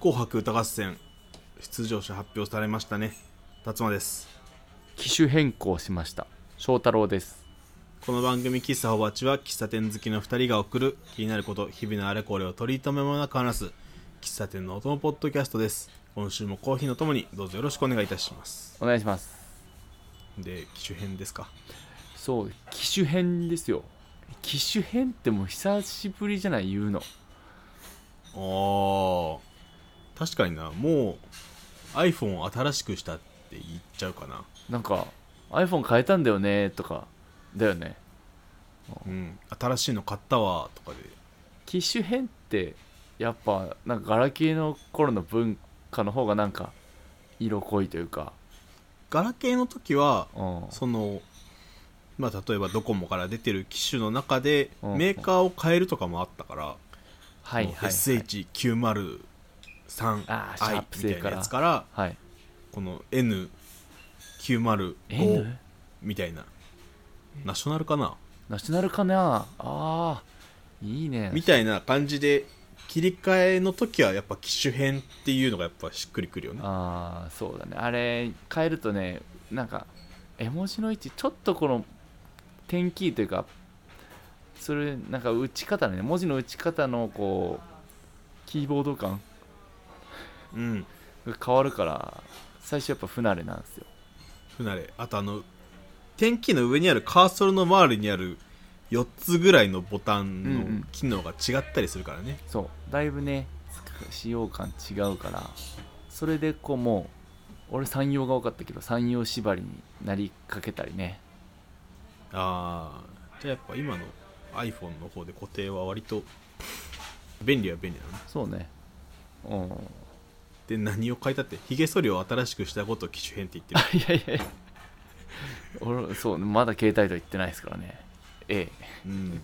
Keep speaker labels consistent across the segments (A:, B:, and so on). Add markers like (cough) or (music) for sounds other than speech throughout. A: 紅白歌合戦出場者発表されましたね辰馬です
B: 機種変更しました翔太郎です
A: この番組「喫茶おばち」は喫茶店好きの2人が送る気になること日々のあれこれを取り留めもなく話す喫茶店の音のポッドキャストです今週もコーヒーのともにどうぞよろしくお願いいたします
B: お願いします
A: で機種編ですか
B: そう機種変ですよ機種変ってもう久しぶりじゃない言うの
A: あー確かになもう iPhone を新しくしたって言っちゃうかな
B: なんか iPhone 変えたんだよねとかだよね
A: うん新しいの買ったわとかで
B: 機種変ってやっぱなんかガラケーの頃の文化の方がなんか色濃いというか、
A: ガラケーの時は
B: うん、
A: そのまあ例えばドコモから出てる機種の中で
B: うんうん
A: メーカーを変えるとかもあったから、
B: はいはい
A: もう
B: はい
A: SH903i
B: あーシャープ
A: みた
B: 製
A: いな
B: から
A: やつから
B: はい
A: この N905
B: N?
A: みたいなナショナルかな
B: ナショナルかなあーいいね
A: みたいな感じで切り替えの時はやっぱ機種変っていうのがやっぱしっくりくるよね
B: ああそうだねあれ変えるとねなんか絵文字の位置ちょっとこの点キーというかそれなんか打ち方ね文字の打ち方のこうキーボード感
A: うん
B: が変わるから最初やっぱ不慣れなんですよ
A: 不慣れあとあの点キーの上にあるカーソルの周りにある4つぐらいのボタ
B: うんう
A: ンの
B: ん
A: 機能が違ったりするからね、
B: そうだいぶね使用感違うからそれでこうもう俺山陽が多かったけど山陽縛りになりかけたりね
A: ああじゃあやっぱ今の iPhone の方で固定は割と便利は便利だな
B: そうねうん
A: で何を変えたってひげ剃りを新しくしたことを機種変って言ってる
B: いやいやいや俺そうまだ携帯とは言ってないですからねえ
A: うん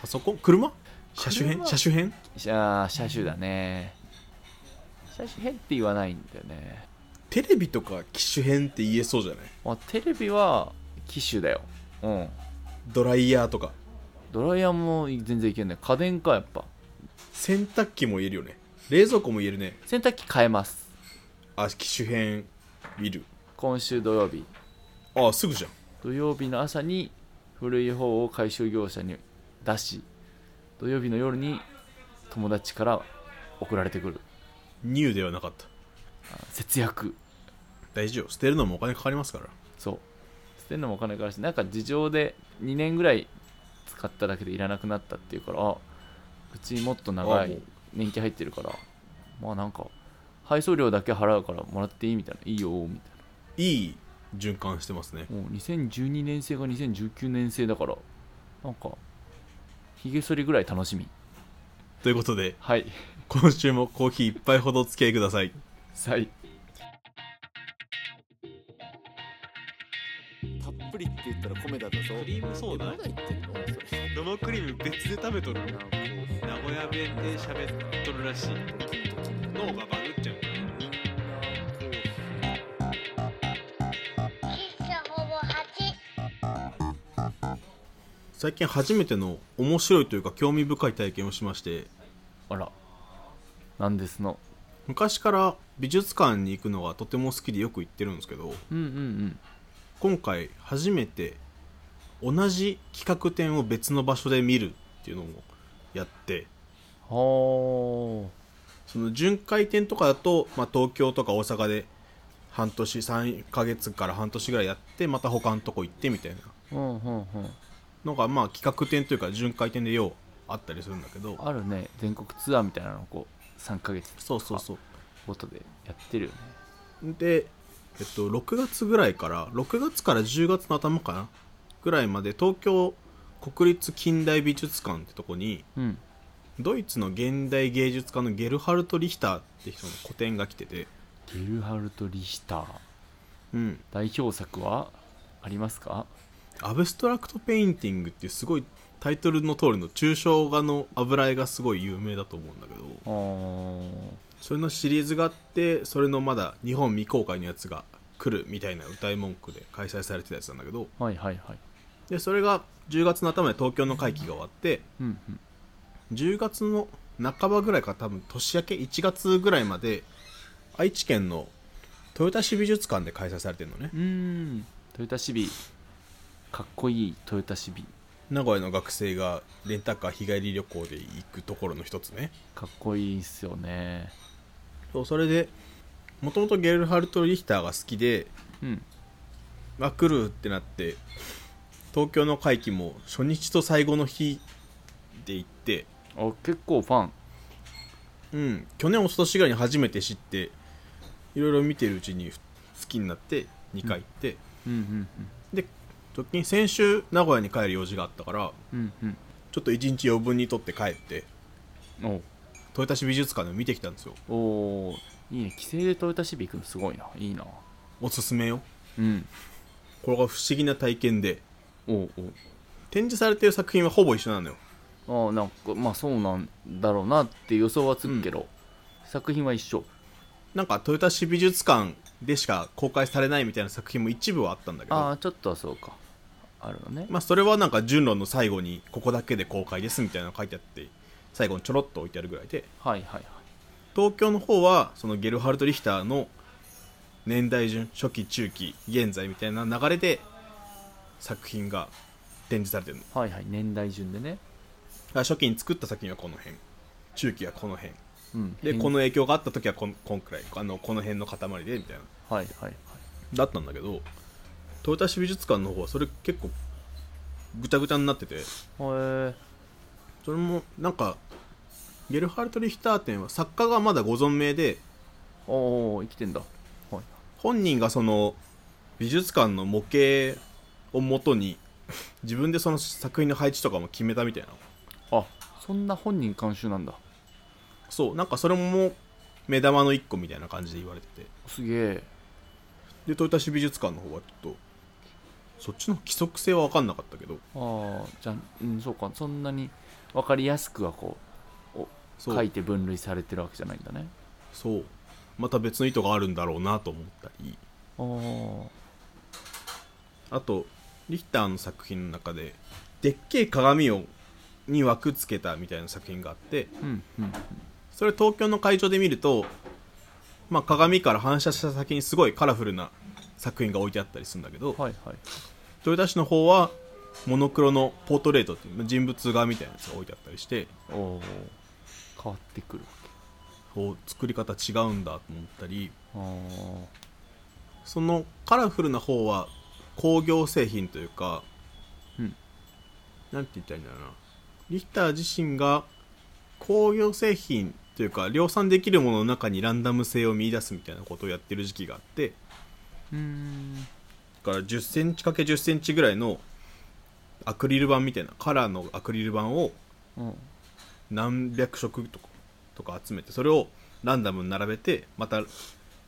A: パソコン車車種変
B: 車
A: 車種変
B: え車車種だね車種変って言わないんだよね、
A: テレビとか機種変って言えそうじゃない
B: まあ、テレビは機種だようん
A: ドライヤーとか
B: ドライヤーも全然いけんね家電かやっぱ
A: 洗濯機も言えるよね冷蔵庫も言えるね
B: 洗濯機変えます
A: あ機種変見る
B: 今週土曜日
A: ああすぐじゃん
B: 土曜日の朝に古い方を回収業者に出し土曜日の夜に友達から送られてくる
A: ニューではなかった
B: 節約
A: 大丈夫捨てるのもお金かかりますから
B: そう捨てるのもお金からしなんか事情で2年ぐらい使っただけでいらなくなったっていうからあうちもっと長
A: あも
B: いう年季入ってるからまあなんか配送料だけ払うからもらっていいみたいないいよみたい
A: いい循環してますね
B: なもう2012年生が2019年生だからなんかひげ剃りぐらい楽しみ
A: ということで
B: はい (laughs)
A: 今週もコーヒー一杯ほどお付き合いください
B: さいたっぷりって言ったら米だったぞ
A: リームソーダ
B: 言ってんの
A: 生クリーム別で食べとる名古屋弁で喋っとるらしい脳がバグっちゃう
C: 喫茶ほぼ8。
A: 最近初めての面白いというか興味深い体験をしまして
B: あらなんですの
A: 昔から美術館に行くのがとても好きでよく行ってるんですけど
B: うんうんうん
A: 今回初めて同じ企画展を別の場所で見るっていうのをやって
B: は
A: その巡回展とかだと、まあ、東京とか大阪で半年3ヶ月から半年ぐらいやってまた他のとこ行ってみたいな
B: あうんうんうん
A: のがまあ企画展というか巡回展でようあったりするんだけど
B: あるね全国ツアーみたいなのをこう3ヶ月
A: そうそうそう
B: ごとでやってるよね
A: で、えっと、6月ぐらいから6月から10月の頭かなぐらいまで東京国立近代美術館ってとこに
B: うん
A: ドイツの現代芸術家のゲルハルト・リヒターって人の個展が来てて、
B: ゲルハルト・リヒター
A: うん、
B: 代表作はありますか
A: アブストラクト・ペインティングっていうすごいタイトルの通りの抽象画の油絵がすごい有名だと思うんだけど
B: あー
A: それのシリーズがあってそれのまだ日本未公開のやつが来るみたいな歌い文句で開催されてたやつなんだけど
B: はいはいはい
A: でそれが10月の頭で東京の会期が終わって
B: うんうん
A: 10月の半ばぐらいから多分年明け1月ぐらいまで愛知県の豊田市美術館で開催されてるのね
B: うーんトヨタシビかっこいいトヨタシビ
A: 名古屋の学生がレンタカー日帰り旅行で行くところの一つね
B: かっこいいっすよね
A: そうそれでもともとゲルハルト・リヒターが好きで
B: うん
A: あ来るってなって東京の会期も初日と最後の日で行って
B: あ結構ファン
A: うん去年一昨年ぐらいに初めて知っていろいろ見てるうちに好きになって2回行って、
B: うんうん
A: で直近先週名古屋に帰る用事があったから
B: うんうん
A: ちょっと1日余分に取って帰って
B: うん
A: 豊田市美術館でも見てきたんですよ
B: おおーいいね帰省でトヨタシビ行くのすごいないいな
A: おすすめよ
B: うん
A: これが不思議な体験で
B: おう
A: 展示されてる作品はほぼ一緒なのよ
B: おうあーなんかまあそうなんだろうなって予想はつくけど、作品は一緒
A: なんか豊田市美術館でしか公開されないみたいな作品も一部はあったんだけど
B: ああちょっとはそうかあるのね、
A: まあそれはなんか順論の最後にここだけで公開ですみたいなの書いてあって最後にちょろっと置いてあるぐらいで
B: はいはいはい
A: 東京の方はそのゲルハルト・リヒターの年代順初期中期現在みたいな流れで作品が展示されてるの
B: はいはい年代順でね
A: だから初期に作った作品はこの辺中期はこの辺
B: うん
A: で
B: 変
A: この影響があった時はこんこんくらいあのこの辺の塊でみたいな
B: はいはいはい
A: だったんだけど豊田市美術館の方はそれ結構ぐちゃぐちゃになってて
B: へえ
A: それもなんかゲルハルト・リヒター展は作家がまだご存命で
B: おお生きてんだはい
A: 本人がその美術館の模型をもとに自分でその作品の配置とかも決めたみたいな
B: あそんな本人監修なんだ
A: そうなんかそれも目玉の一個みたいな感じで言われてて
B: すげえ
A: で豊田市美術館の方はちょっとそっちの規則性は分かんなかったけど
B: ああじゃあうんそうかそんなに分かりやすくはこう
A: そ
B: 書
A: う
B: いて分類されてるわけじゃないんだね
A: そうまた別の意図があるんだろうなと思ったり
B: ああ
A: あとリヒターの作品の中ででっけえ鏡をに枠つけたみたいな作品があって
B: うんうん
A: それ東京の会場で見ると、まあ、鏡から反射した先にすごいカラフルな作品が置いてあったりするんだけど
B: はいはい
A: 豊田市の方はモノクロのポートレートっていうまあ人物画みたいなやつが置いてあったりして
B: おお変わってくる
A: お作り方違うんだと思ったり
B: あー
A: そのカラフルな方は工業製品というか、
B: うん
A: なんて言ったらいいんだろうなリヒター自身が工業製品というか量産できるものの中にランダム性を見出すみたいなことをやってる時期があって
B: うーん
A: だから1 0ンチ ×1 0ンチぐらいのアクリル板みたいなカラーのアクリル板を
B: うん
A: 何百色とかとか集めてそれをランダムに並べてまた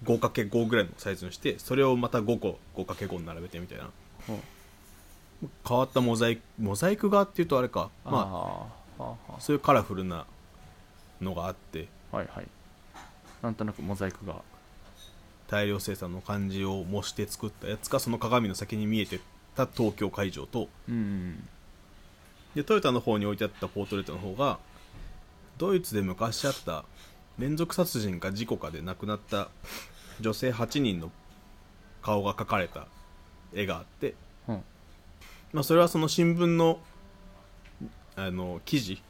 A: 5×5 ぐらいのサイズにしてそれをまた5個 5×5 に並べてみたいな
B: うん
A: 変わったモザイクモザイク画っていうとあれか
B: あー、
A: ま
B: あは
A: あそういうカラフルなのがあって
B: あはいはいなんとなくモザイクが
A: 大量生産の感じを模して作ったやつかその鏡の先に見えてた東京会場と
B: うん
A: でトヨタの方に置いてあったポートレートの方がドイツで昔あった連続殺人か事故かで亡くなった女性8人の顔が描かれた絵があって、
B: うん
A: まあ、それはその新聞のあの記事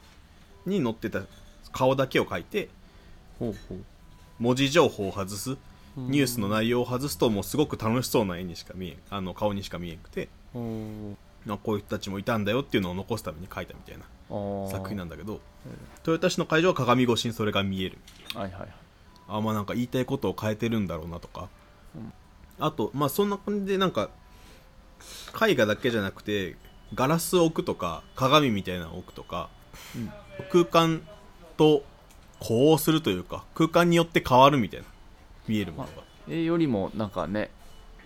A: に載ってた顔だけを描いて
B: ほうほう
A: 文字情報を外す
B: うん
A: ニュースの内容を外すともうすごく楽しそうな絵にしか見えんあの顔にしか見えんくて、
B: お
A: まあ、こういう人たちもいたんだよっていうのを残すために描いたみたいな
B: お
A: 作品なん
B: だ
A: だけど
B: うん
A: 豊田市の会場は鏡越しにそれが見える
B: はいはいはい
A: あまあなんか言いたいことを変えてるんだろうなとか、
B: うん
A: あとまあそんな感じでなんか絵画だけじゃなくてガラスを置くとか鏡みたいなのを置くとか、
B: うん
A: 空間と呼応するというか空間によって変わるみたいな見えるものが
B: 絵よりもなんかね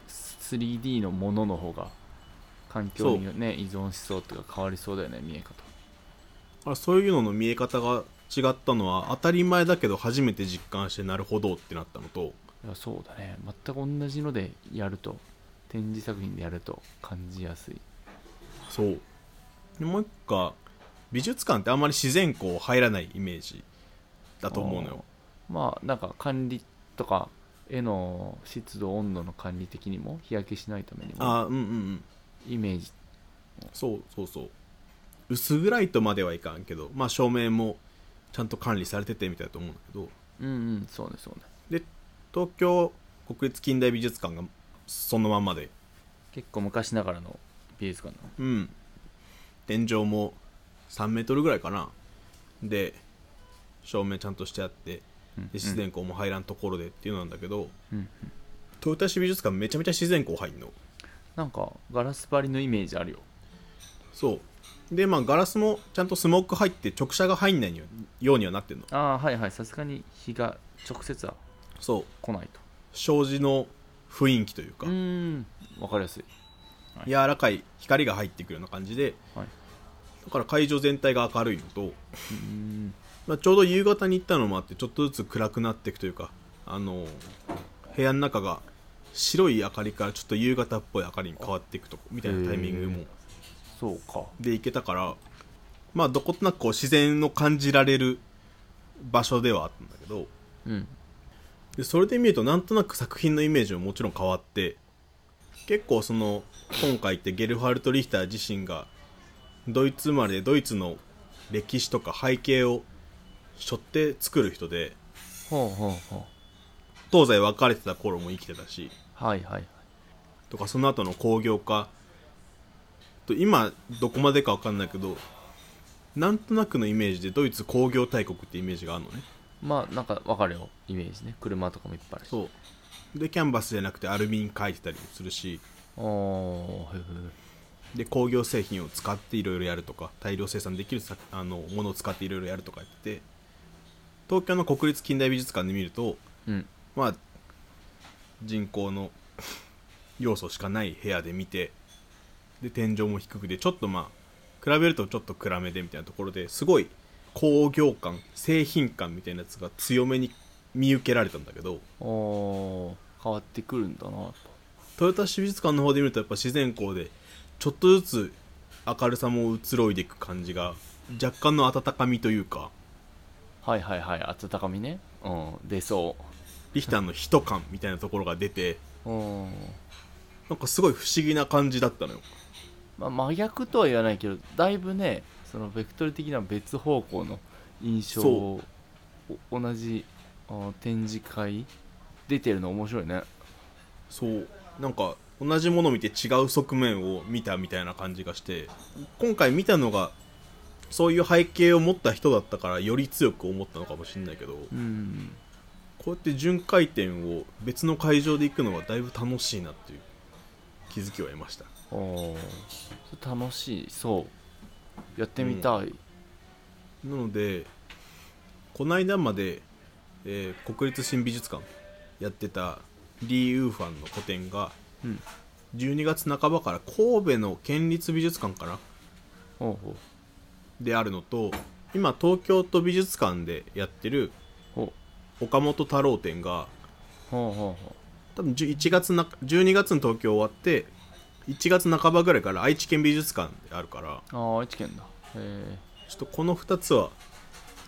B: 3D のものの方が環境にね依存しそうというか変わりそうだよね見え方
A: あそういうのの見え方が違ったのは当たり前だけど初めて実感してなるほどってなったのと
B: いやそうだね全く同じのでやると展示作品でやると感じやすい
A: そうでもう一個美術館ってあんまり自然光入らないイメージだと思うのよ
B: まあなんか管理とか絵の湿度温度の管理的にも日焼けしないためにも
A: あーうんうんうん
B: イメージ
A: そうそうそう薄暗いとまではいかんけどまあ照明もちゃんと管理されててみたいだと思うんだけど
B: うんうんそうねそうね
A: 東京国立近代美術館がそのまんまで
B: 結構昔ながらの美術館なの
A: うん天井も3メートルぐらいかなで照明ちゃんとしてあって
B: うん
A: で自然光も入らんところでっていうのなんだけど、
B: うんうん
A: 豊田市美術館めちゃめちゃ自然光入んの
B: なんかガラス張りのイメージあるよ
A: そうでまあガラスもちゃんとスモーク入って直射が入んないようにはなってんの
B: ああはいはいさすがに日が直接は
A: そう
B: 来ないと
A: 障子の雰囲気というか
B: うーんわかりやすい
A: 柔らかい光が入ってくるような感じで、
B: はい
A: だから会場全体が明るいのと、
B: うーん
A: まあ、ちょうど夕方に行ったのもあってちょっとずつ暗くなっていくというかあの部屋の中が白い明かりからちょっと夕方っぽい明かりに変わっていくとこみたいなタイミング
B: へ
A: も
B: そうか
A: で行けたからまあどことなくこう自然を感じられる場所ではあったんだけど
B: うん
A: でそれで見るとなんとなく作品のイメージももちろん変わって結構その今回ってゲルハルト・リヒター自身がドイツ生まれでドイツの歴史とか背景を背負って作る人で
B: ほうほうほ
A: 東西分かれてた頃も生きてたし
B: うはいはいはい
A: とかその後の工業化と今どこまでか分かんないけどなんとなくのイメージでドイツ工業大国ってイメージがあるのね
B: まあなんかわかるよイメージね車とかもいっぱいあるし
A: そうでキャンバスじゃなくてアルミに描いてたりもするし
B: おーへー
A: で工業製品を使っていろいろやるとか大量生産できるさあのものを使っていろいろやるとかやってて東京の国立近代美術館で見ると
B: うん
A: まあ人工の要素しかない部屋で見てで天井も低くでちょっとまあ比べるとちょっと暗めでみたいなところですごい工業感製品感みたいなやつが強めに見受けられたんだけど
B: おー変わってくるんだなやっぱ
A: 豊田市美術館の方で見るとやっぱ自然光でちょっとずつ明るさも移ろいでいく感じが若干の温かみというか
B: はいはいはい温かみねうん出そ
A: リヒターの人感みたいなところが出て
B: ううん
A: なんかすごい不思議な感じだったのよ
B: まあ真逆とは言わないけどだいぶねそのベクトル的な別方向の印象をお同じあ展示会出てるの面白いね
A: そうなんか同じもの見て違う側面を見たみたいな感じがして今回見たのがそういう背景を持った人だったからより強く思ったのかもしれないけどこ
B: うん
A: うやって巡回転を別の会場で行くのはだいぶ楽しいなっていう気づきを得ました
B: おーそれ楽しいそうやってみたい、
A: なのでこの間まで、えー国立新美術館やってたリー・ウーファンの個展が
B: うん
A: 12月半ばから神戸の県立美術館かな
B: ほうほう
A: であるのと今東京都美術館でやってる
B: ほ
A: 岡本太郎展が
B: うほうほうほ
A: 多分11月な12月の東京終わって1月半ばぐらいから愛知県美術館であるから
B: うああ愛知県だへえ
A: ちょっとこの2つは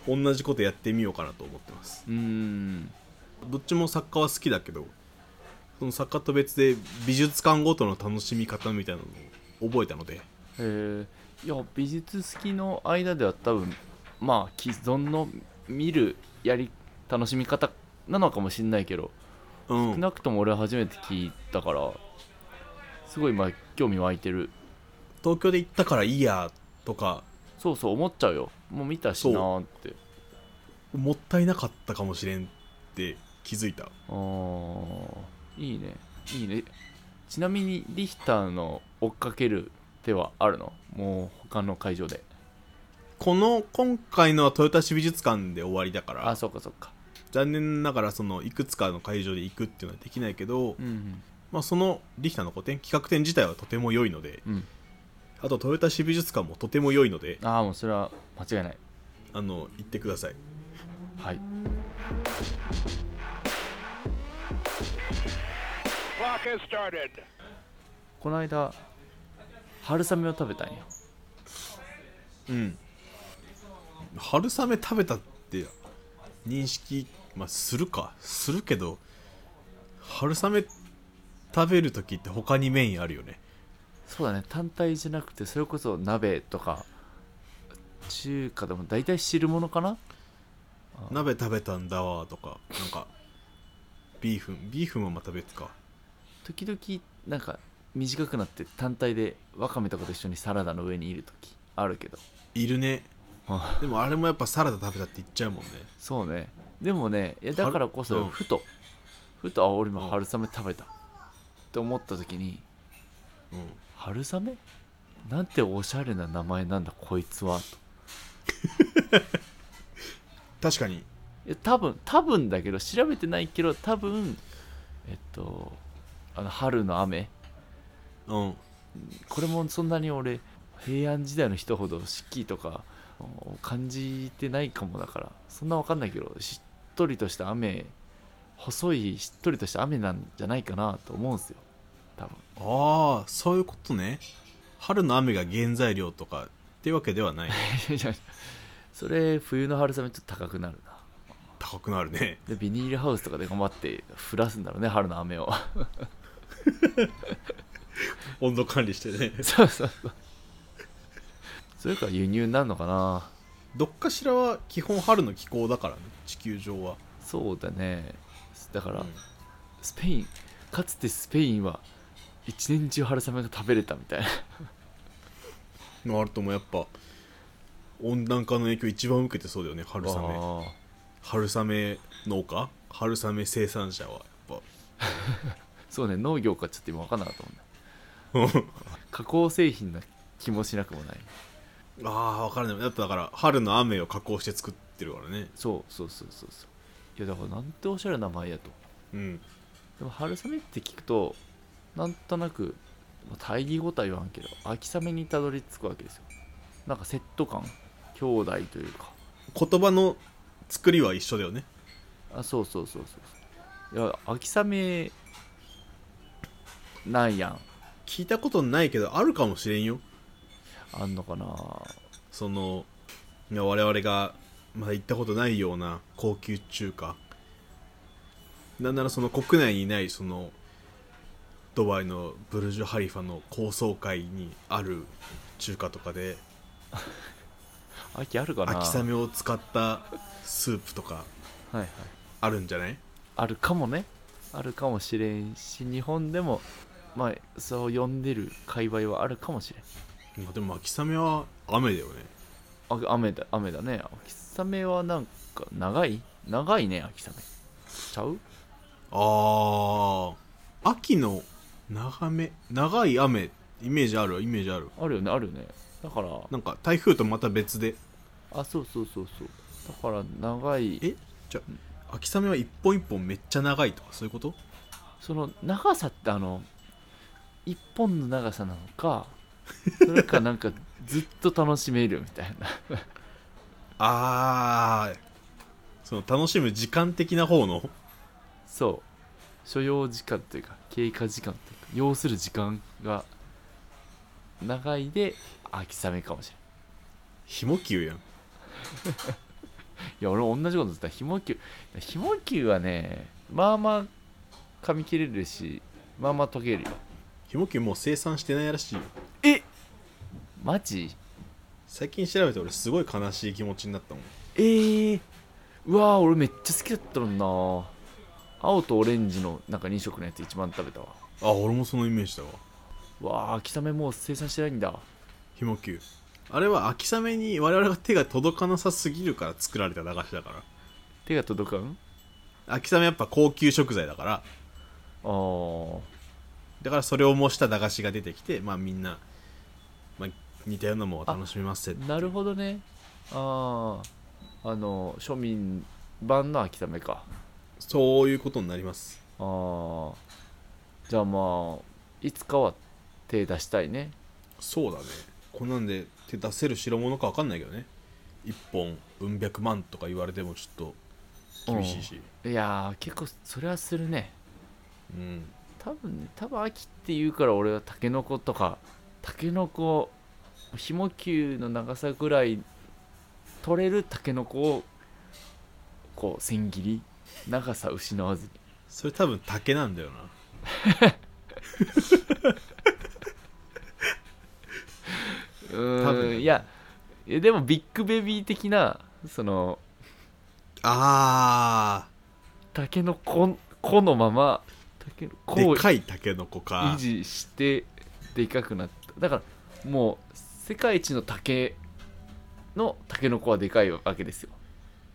A: 同じことやってみようかなと思ってます
B: うん
A: どっちも作家は好きだけどその作家と別で美術館ごとの楽しみ方みたいなのを覚えたので
B: えーいや美術好きの間では多分まあ既存の見るやり楽しみ方なのかもしれないけど
A: うん
B: 少なくとも俺は初めて聞いたからすごいまあ興味湧いてる
A: 東京で行ったからいいやとか
B: そうそう思っちゃうよもう見たしなーって
A: もったいなかったかもしれんって気づいた
B: あーいいねいいねちなみにリヒターの追っかける手はあるのもう他の会場で
A: この今回のは豊田市美術館で終わりだか
B: あ
A: ら
B: そうかそうか
A: 残念ながらそのいくつかの会場で行くっていうのはできないけど、
B: うん
A: まあ、そのリヒターの個展企画展自体はとても良いので
B: うん、うん、
A: あと豊田市美術館もとても良いので
B: ああもうそれは間違いない
A: あの行ってください
B: はい。
D: Clock has started.
B: この間春雨を食べたんよ
A: うん春雨食べたって認識、まあ、するかするけど春雨食べる時って他にメインあるよね
B: そうだね単体じゃなくてそれこそ鍋とか中華でも大体汁物かな
A: 鍋食べたんだわとかなんかビーフンビーフンはまた別か
B: 時々なんか短くなって単体でわかめとかと一緒にサラダの上にいる時あるけど
A: いるね
B: あ
A: でもあれもやっぱサラダ食べたって言っちゃうもんね
B: そうねでもねいやだからこ
A: 春う
B: そ
A: ん
B: ふとふとあ俺今
A: うん
B: 春雨食べたって思った時に
A: うん
B: 春雨なんておしゃれな名前なんだこいつはと
A: 確かに
B: いや多分多分だけど調べてないけど多分えっとあの春の雨
A: うん
B: これもそんなに俺平安時代の人ほど四季とかお感じてないかもだからそんなわかんないけどしっとりとした雨細いしっとりとした雨なんじゃないかなと思うんですよ多分
A: あ
B: (laughs)
A: あそういうことね春の雨が原材料とかってわけではない
B: いやそれ冬の春雨ちょっと高くなるな
A: 高くなるね
B: でビニールハウスとかで頑張って降らすんだろうね春の雨を (laughs)
A: 温度管理してね
B: そうそうそうそれから輸入になるのかな
A: どっかしらは基本春の気候だからね地球上は
B: そうだねだから、
A: うん
B: スペインかつてスペインは一年中春雨が食べれたみたいな
A: あるともやっぱ温暖化の影響一番受けてそうだよね春雨
B: あー
A: 春雨農家春雨生産者はやっぱ
B: そうね農業かちょっと今分かんなかったもんね
A: うん (laughs)
B: 加工製品な気もしなくもない
A: ああ分からないやっぱだから春の雨を加工して作ってるからね
B: そうそうそうそうそういやだからなんておしゃれな名前やと
A: うん
B: でも春雨って聞くとなんとなくまあ大義語とは言わんけど秋雨にたどり着くわけですよなんかセット感兄弟というか
A: 言葉の作りは一緒だよね
B: あそうそうそうそうそういや秋雨なんやん
A: 聞いたことないけどあるかもしれんよ
B: あんのかな
A: そのいや我々がまだ行ったことないような高級中華なんならその国内にないそのドバイのブルジュ・ハリファの高層階にある中華とかで
B: 秋あるかな
A: 秋雨を使ったスープとか
B: はいはい
A: あるんじゃない
B: あるかもねあるかもしれんし日本でもまあそう呼んでる界隈はあるかもしれん
A: まあでも秋雨は雨だよね
B: あ雨だ雨だね秋雨はなんか長い長いね秋雨ちゃう
A: ああ秋の長め長い雨イメージあるイメージある
B: あるよねあるよねだから
A: なんか台風とまた別で
B: あそうそうそうそうだから長い
A: えじゃあ秋雨は一本一本めっちゃ長いとかそういうこと
B: その長さってあの一本の長さなのかそれかなんかずっと楽しめるみたいな
A: ああその楽しむ時間的な方の
B: そう所要時間というか経過時間というか要する時間が長いで秋雨かもしれない
A: ひもきゅうやん
B: いや俺も同じことずっとひもきゅうひもきゅうはねまあまあ噛み切れるしまあまあ溶けるよ
A: ひもきゅうもう生産してないらしいよ
B: えマジ
A: 最近調べて俺すごい悲しい気持ちになったもん
B: えー、うわー俺めっちゃ好きだったのにな青とオレンジのなんか2色のやつ一番食べたわ
A: あ俺もそのイメージだわ
B: うわあ秋雨もう生産してないんだ
A: ひもきゅうあれは秋雨に我々が手が届かなさすぎるから作られた駄菓子だか
B: 手が届かん
A: ら秋雨やっぱ高級食材だから
B: ああ
A: だからそれを模した駄菓子が出てきてまあみんな、まあ、似たようなもんを楽しみますって
B: なるほどねあああの庶民版の秋雨か
A: そういうことになります
B: ああじゃあまあいつかは手出したいね
A: そうだねこんなんで手出せる代物か分かんないけどね1本うん百万とか言われてもちょっと厳しいし
B: いやー結構それはするね
A: うん
B: 多分ね多分秋っていうから俺はタケノコとかタケノコひもきゅうの長さぐらい取れるタケノコをこう千切り長さ失わずに
A: それ多分竹なんだよな
B: う
A: 多分
B: ー
A: ね
B: んいやいやでもビッグベビー的なその
A: あ
B: 竹の子子のまま竹の
A: ー
B: 子
A: で
B: を
A: かい竹の子か
B: 維持してでかくなっただからもう世界一の竹の竹の子はでかいわけですよ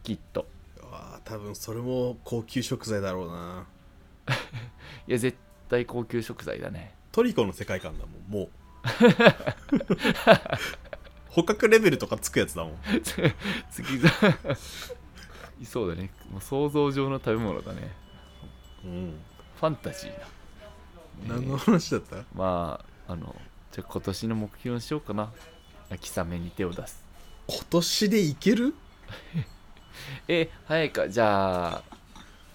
B: きっと
A: あー多分それも高級食材だろうない
B: や絶対高級食材だね
A: トリコの世界観だもん (laughs) もう捕獲レベルとかつくやつだもん
B: 次ざいそうだねもう想像上の食べ物だね
A: うん
B: ファンタジーな、
A: 何
B: え
A: の
B: ー
A: 話だった
B: まああのじゃあ今年の目標にしようかな秋雨に手を出す
A: 今年でいける
B: え早いかじゃあ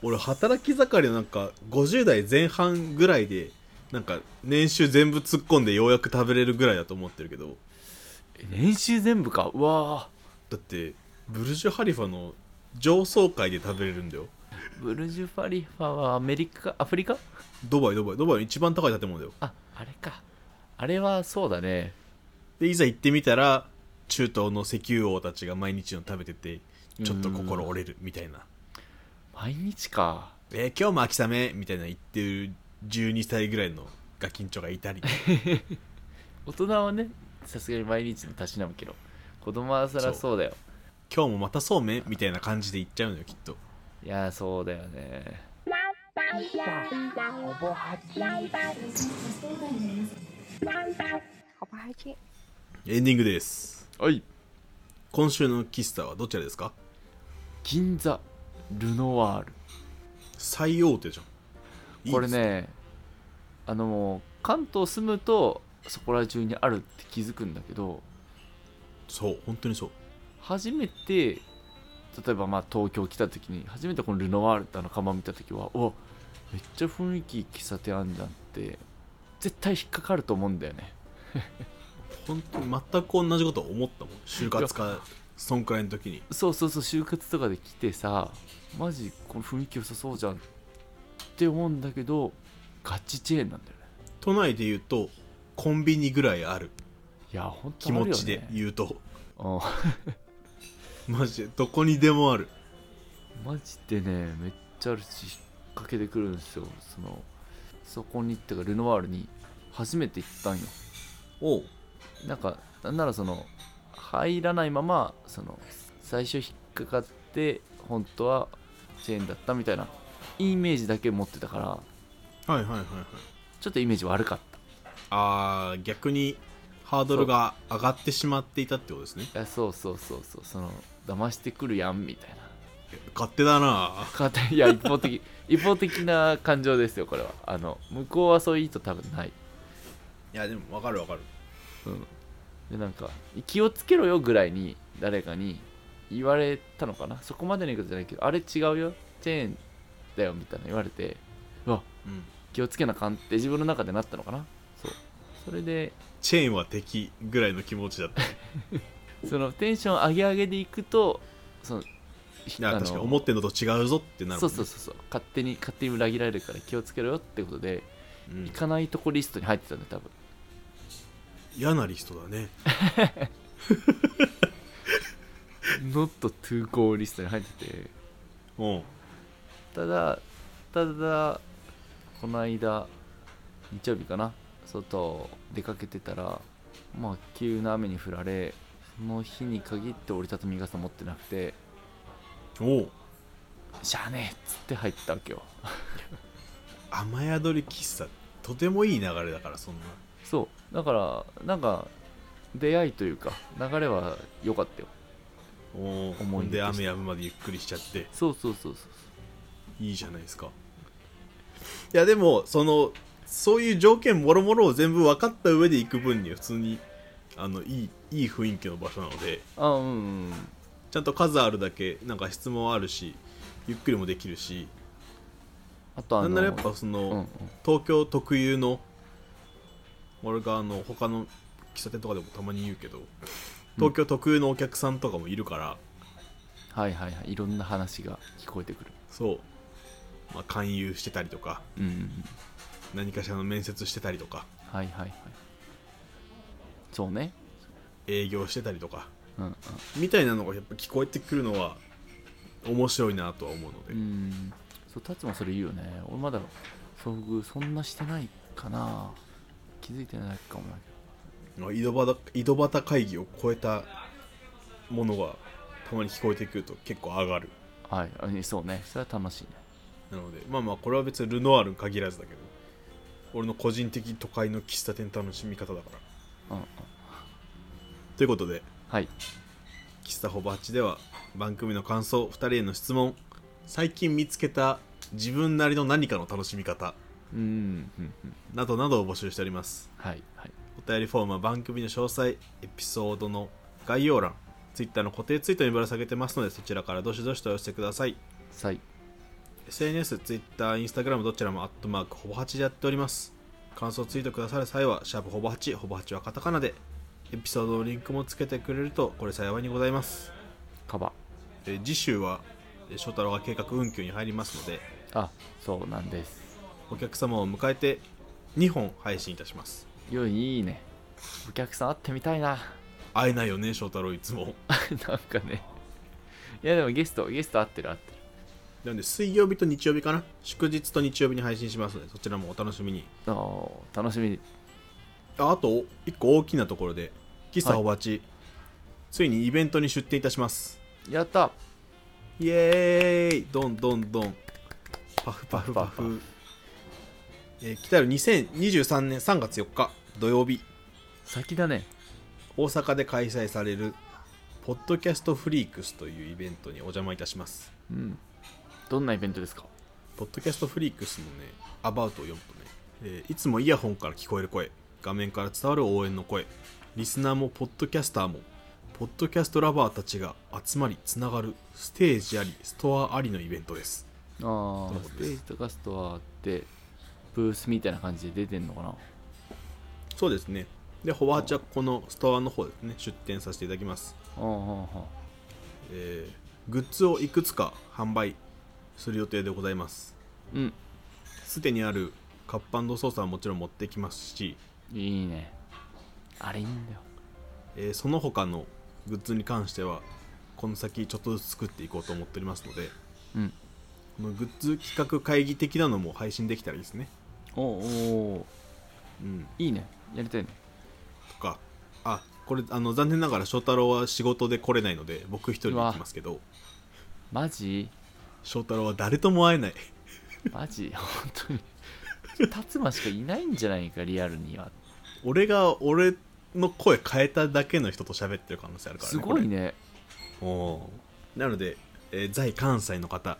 A: 俺働き盛りのなんか50代前半ぐらいでなんか年収全部突っ込んでようやく食べれるぐらいだと思ってるけど
B: え年収全部かうわ
A: だってブルジュ・ハリファの上層階で食べれるんだよ
B: ーブルジュ・ファリファはアメリカアフリカ
A: ドバイドバイドバイの一番高い建物だよ
B: ああれかあれはそうだね
A: でいざ行ってみたら中東の石油王たちが毎日の食べててちょっと心折れるみたいな
B: 毎日か
A: 「えー今日も秋雨」みたいな言ってる12歳ぐらいのガキンチョがいたり
B: 大人はねさすがに毎日のたしなむけど子供はそりゃそうだよ
A: 今日もまたそうめんみたいな感じで行っちゃうのよきっと
B: いやーそうだよね
A: エンディングです
B: はい
A: 今週の喫茶はどちらですか
B: 銀座ルノワール
A: 最大手じゃんいい
B: これ
A: です
B: ねあのもう関東住むとそこら中にあるって気づくんだけど
A: そう本当にそう
B: 初めて例えばまあ東京来た時に初めてこのルノワールってあの看板見た時はうわめっちゃ雰囲気喫茶店あんじゃんって絶対引っかかると思うんだよね
A: 本当に全く同じこと思ったもん就活かそんくらいの時に
B: そうそうそう就活とかで来てさマジこの雰囲気良さそうじゃんって思うんだけどガチチェーンなんだよね
A: 都内で言うとコンビニぐらいある
B: いや本当
A: 気持ちで言うと、 (laughs)
B: うん
A: マジでどこにでもある
B: マジでねめっちゃあるし引っ掛けてくるんですよそのそこにってかルノワールに初めて行ったんよ
A: おう
B: なんかなんならその入らないままその最初引っかかって本当はチェーンだったみたいなイメージだけ持ってたから
A: はいはいはいはい
B: ちょっとイメージ悪かった
A: あー逆にハードルが上がってしまっていたってことですね
B: いやそうそうそうそうその騙してくるやんみたいな (laughs)
A: 勝手だな
B: 勝手いや一方的一方的な感情ですよこれはあの向こうはそういう意図多分ない
A: いやでもわかるわかる
B: うん、でなんか気をつけろよぐらいに誰かに言われたのかなそこまでの言い方じゃないけどあれ違うよチェーンだよみたいな言われてうわ
A: うん
B: 気をつけなあかんって自分の中でなったのかなそうそれで
A: チェーンは敵ぐらいの気持ちだったい
B: そのテンション上げ上げでいくとその
A: や確かに思ってんのと違うぞってなるもんね、
B: そうそうそうそう勝手に勝手に裏切られるから気をつけろよってことで、
A: うん
B: 行かないとこリストに入ってたんで多分
A: 嫌なリストだね (laughs)
B: not to go リストに入ってて
A: うん
B: ただただこの間日曜日かな外出かけてたらまあ急な雨に降られその日に限って折りたたみ傘持ってなくて
A: おう
B: しゃあねえっつって入ったわけよ
A: 雨宿り喫茶とてもいい流れだからそんな
B: そうだからなんか出会いというか流れは良かったよ
A: おう
B: 思
A: ほ
B: い
A: ん
B: 出
A: で
B: として
A: 雨やむまでゆっくりしちゃって
B: そうそうそうそう
A: いいじゃないですかいやでもそのそういう条件もろもろを全部分かった上で行く分には普通にあのいいいい雰囲気の場所なので
B: あうんうんうん
A: ちゃんと数あるだけなんか質問あるしゆっくりもできるし
B: あとあ
A: な
B: の
A: んならやっぱそ
B: うんう
A: の
B: ん、
A: 東京特有の俺があの他の喫茶店とかでもたまに言うけど東京特有のお客さんとかもいるから
B: はいはいはいいろんな話が聞こえてくる
A: そう、まあ、勧誘してたりとか
B: うんうんうん
A: 何かしらの面接してたりとか
B: はいはいはいそうね
A: 営業してたりとか
B: うんうん
A: みたいなのがやっぱ聞こえてくるのは面白いなとは思うので、
B: うんそうタッチもそれ言うよね俺まだ遭遇そんなしてないかな気づいてないかもだ
A: まあ井戸端井戸端会議を超えたものがたまに聞こえてくると結構上がる
B: けどはいあねそうねそれは楽しいね
A: なのでまあまあこれは別にルノアールに限らずだけど俺の個人的都会の喫茶店楽しみ方だから
B: うんうん
A: ということで
B: はい
A: 喫茶ほぼ8では番組の感想2人への質問最近見つけた自分なりの何かの楽しみ方
B: うんうんうんうん
A: などなどを募集しております
B: はいはい
A: お便りフォームは番組の詳細エピソードの概要欄 Twitter の固定ツイートにぶら下げてますのでそちらからどしどしとお寄せください
B: さい
A: SNS、Twitter、Instagram どちらもアットマークほぼ8でやっております。感想ツイートくださる際は、シャープほぼ8、ほぼ8はカタカナで、エピソードのリンクもつけてくれると、これ幸いにございます。
B: カバ
A: えー次週は、えー翔太郎が計画運休に入りますので、
B: あそうなんです
A: お客様を迎えて2本配信いたします。
B: よいいいねお客さん会ってみたいな (laughs)
A: 会えないよね、翔太郎いつも。
B: なんかねいやでもゲストゲスト会ってる会ってる
A: なので、水曜日と日曜日かな祝日と日曜日に配信しますので、そちらもお楽しみに。
B: あー楽しみに
A: ああと、1個大きなところで、喫茶ほぼ8、ついにイベントに出店いたします。
B: やった
A: イエーイどんどんどんパフパフパ
B: パフ
A: フえー来たる2023年3月4日土曜日
B: 先だね
A: 大阪で開催されるポッドキャストフリークスというイベントにお邪魔いたします
B: うんどんなイベントですか
A: ポッドキャストフリークスのねアバウトを読むとね、えーいつもイヤホンから聞こえる声画面から伝わる応援の声リスナーもポッドキャスターもポッドキャストラバーたちが集まりつながるステージありストアありのイベントです
B: あ
A: どう
B: あ
A: で
B: ス
A: す
B: テージとかストアってブースみたいな感じで出てんのかな
A: そうですね。で、ホワーチャこのストアの方ですね、出店させていただきます。
B: うんうんうん
A: えーグッズをいくつか販売する予定でございます。
B: うん
A: すでにあるカップソースはもちろん持ってきますし、
B: いいねあれいいんだよ
A: えーその他のグッズに関しては、この先ちょっとずつ作っていこうと思っておりますので、
B: うん
A: このグッズ企画会議的なのも配信できたらいいですね。
B: おうおう
A: うん。
B: いいねやりたいね
A: とか、あ、これ、あの、残念ながら翔太郎は仕事で来れないので、僕一人で行きますけど、
B: マジ
A: 翔太郎は誰とも会えない。
B: マジ (laughs) 本当に辰馬しかいないんじゃないかリアルには
A: 俺が俺の声変えただけの人と喋ってる可能性あるからね
B: すごいね
A: これおーなので、えー在関西の方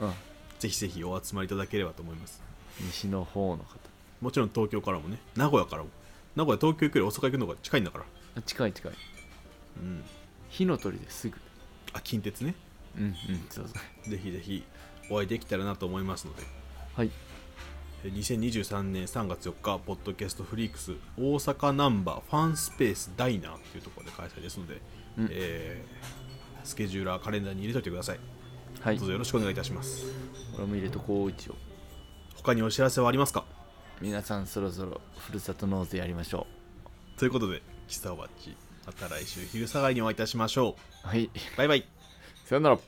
B: うん
A: ぜひぜひお集まりいただければと思います
B: 西の方の方
A: もちろん東京からもね名古屋からも名古屋東京行くより大阪行くのが近いんだから
B: あ近い近い
A: うん
B: 火の鳥ですぐ
A: あ近鉄ね
B: うんうんそうそう
A: ぜひぜひお会いできたらなと思いますので
B: はい
A: えー2023年3月4日ポッドキャストフリークス大阪ナンバーファンスペースダイナーっていうところで開催ですので、
B: うん
A: えースケジューラーカレンダーに入れといてください
B: はい
A: どうぞよろしくお願いいたします
B: 俺も入れとこう一応
A: 他にお知らせはありますか
B: 皆さんそろそろふるさと納税やりましょ
A: ということで喫茶おばっちまた来週昼下がりにお会いいたしましょ
B: うはいう
A: バイバイ
B: さよなら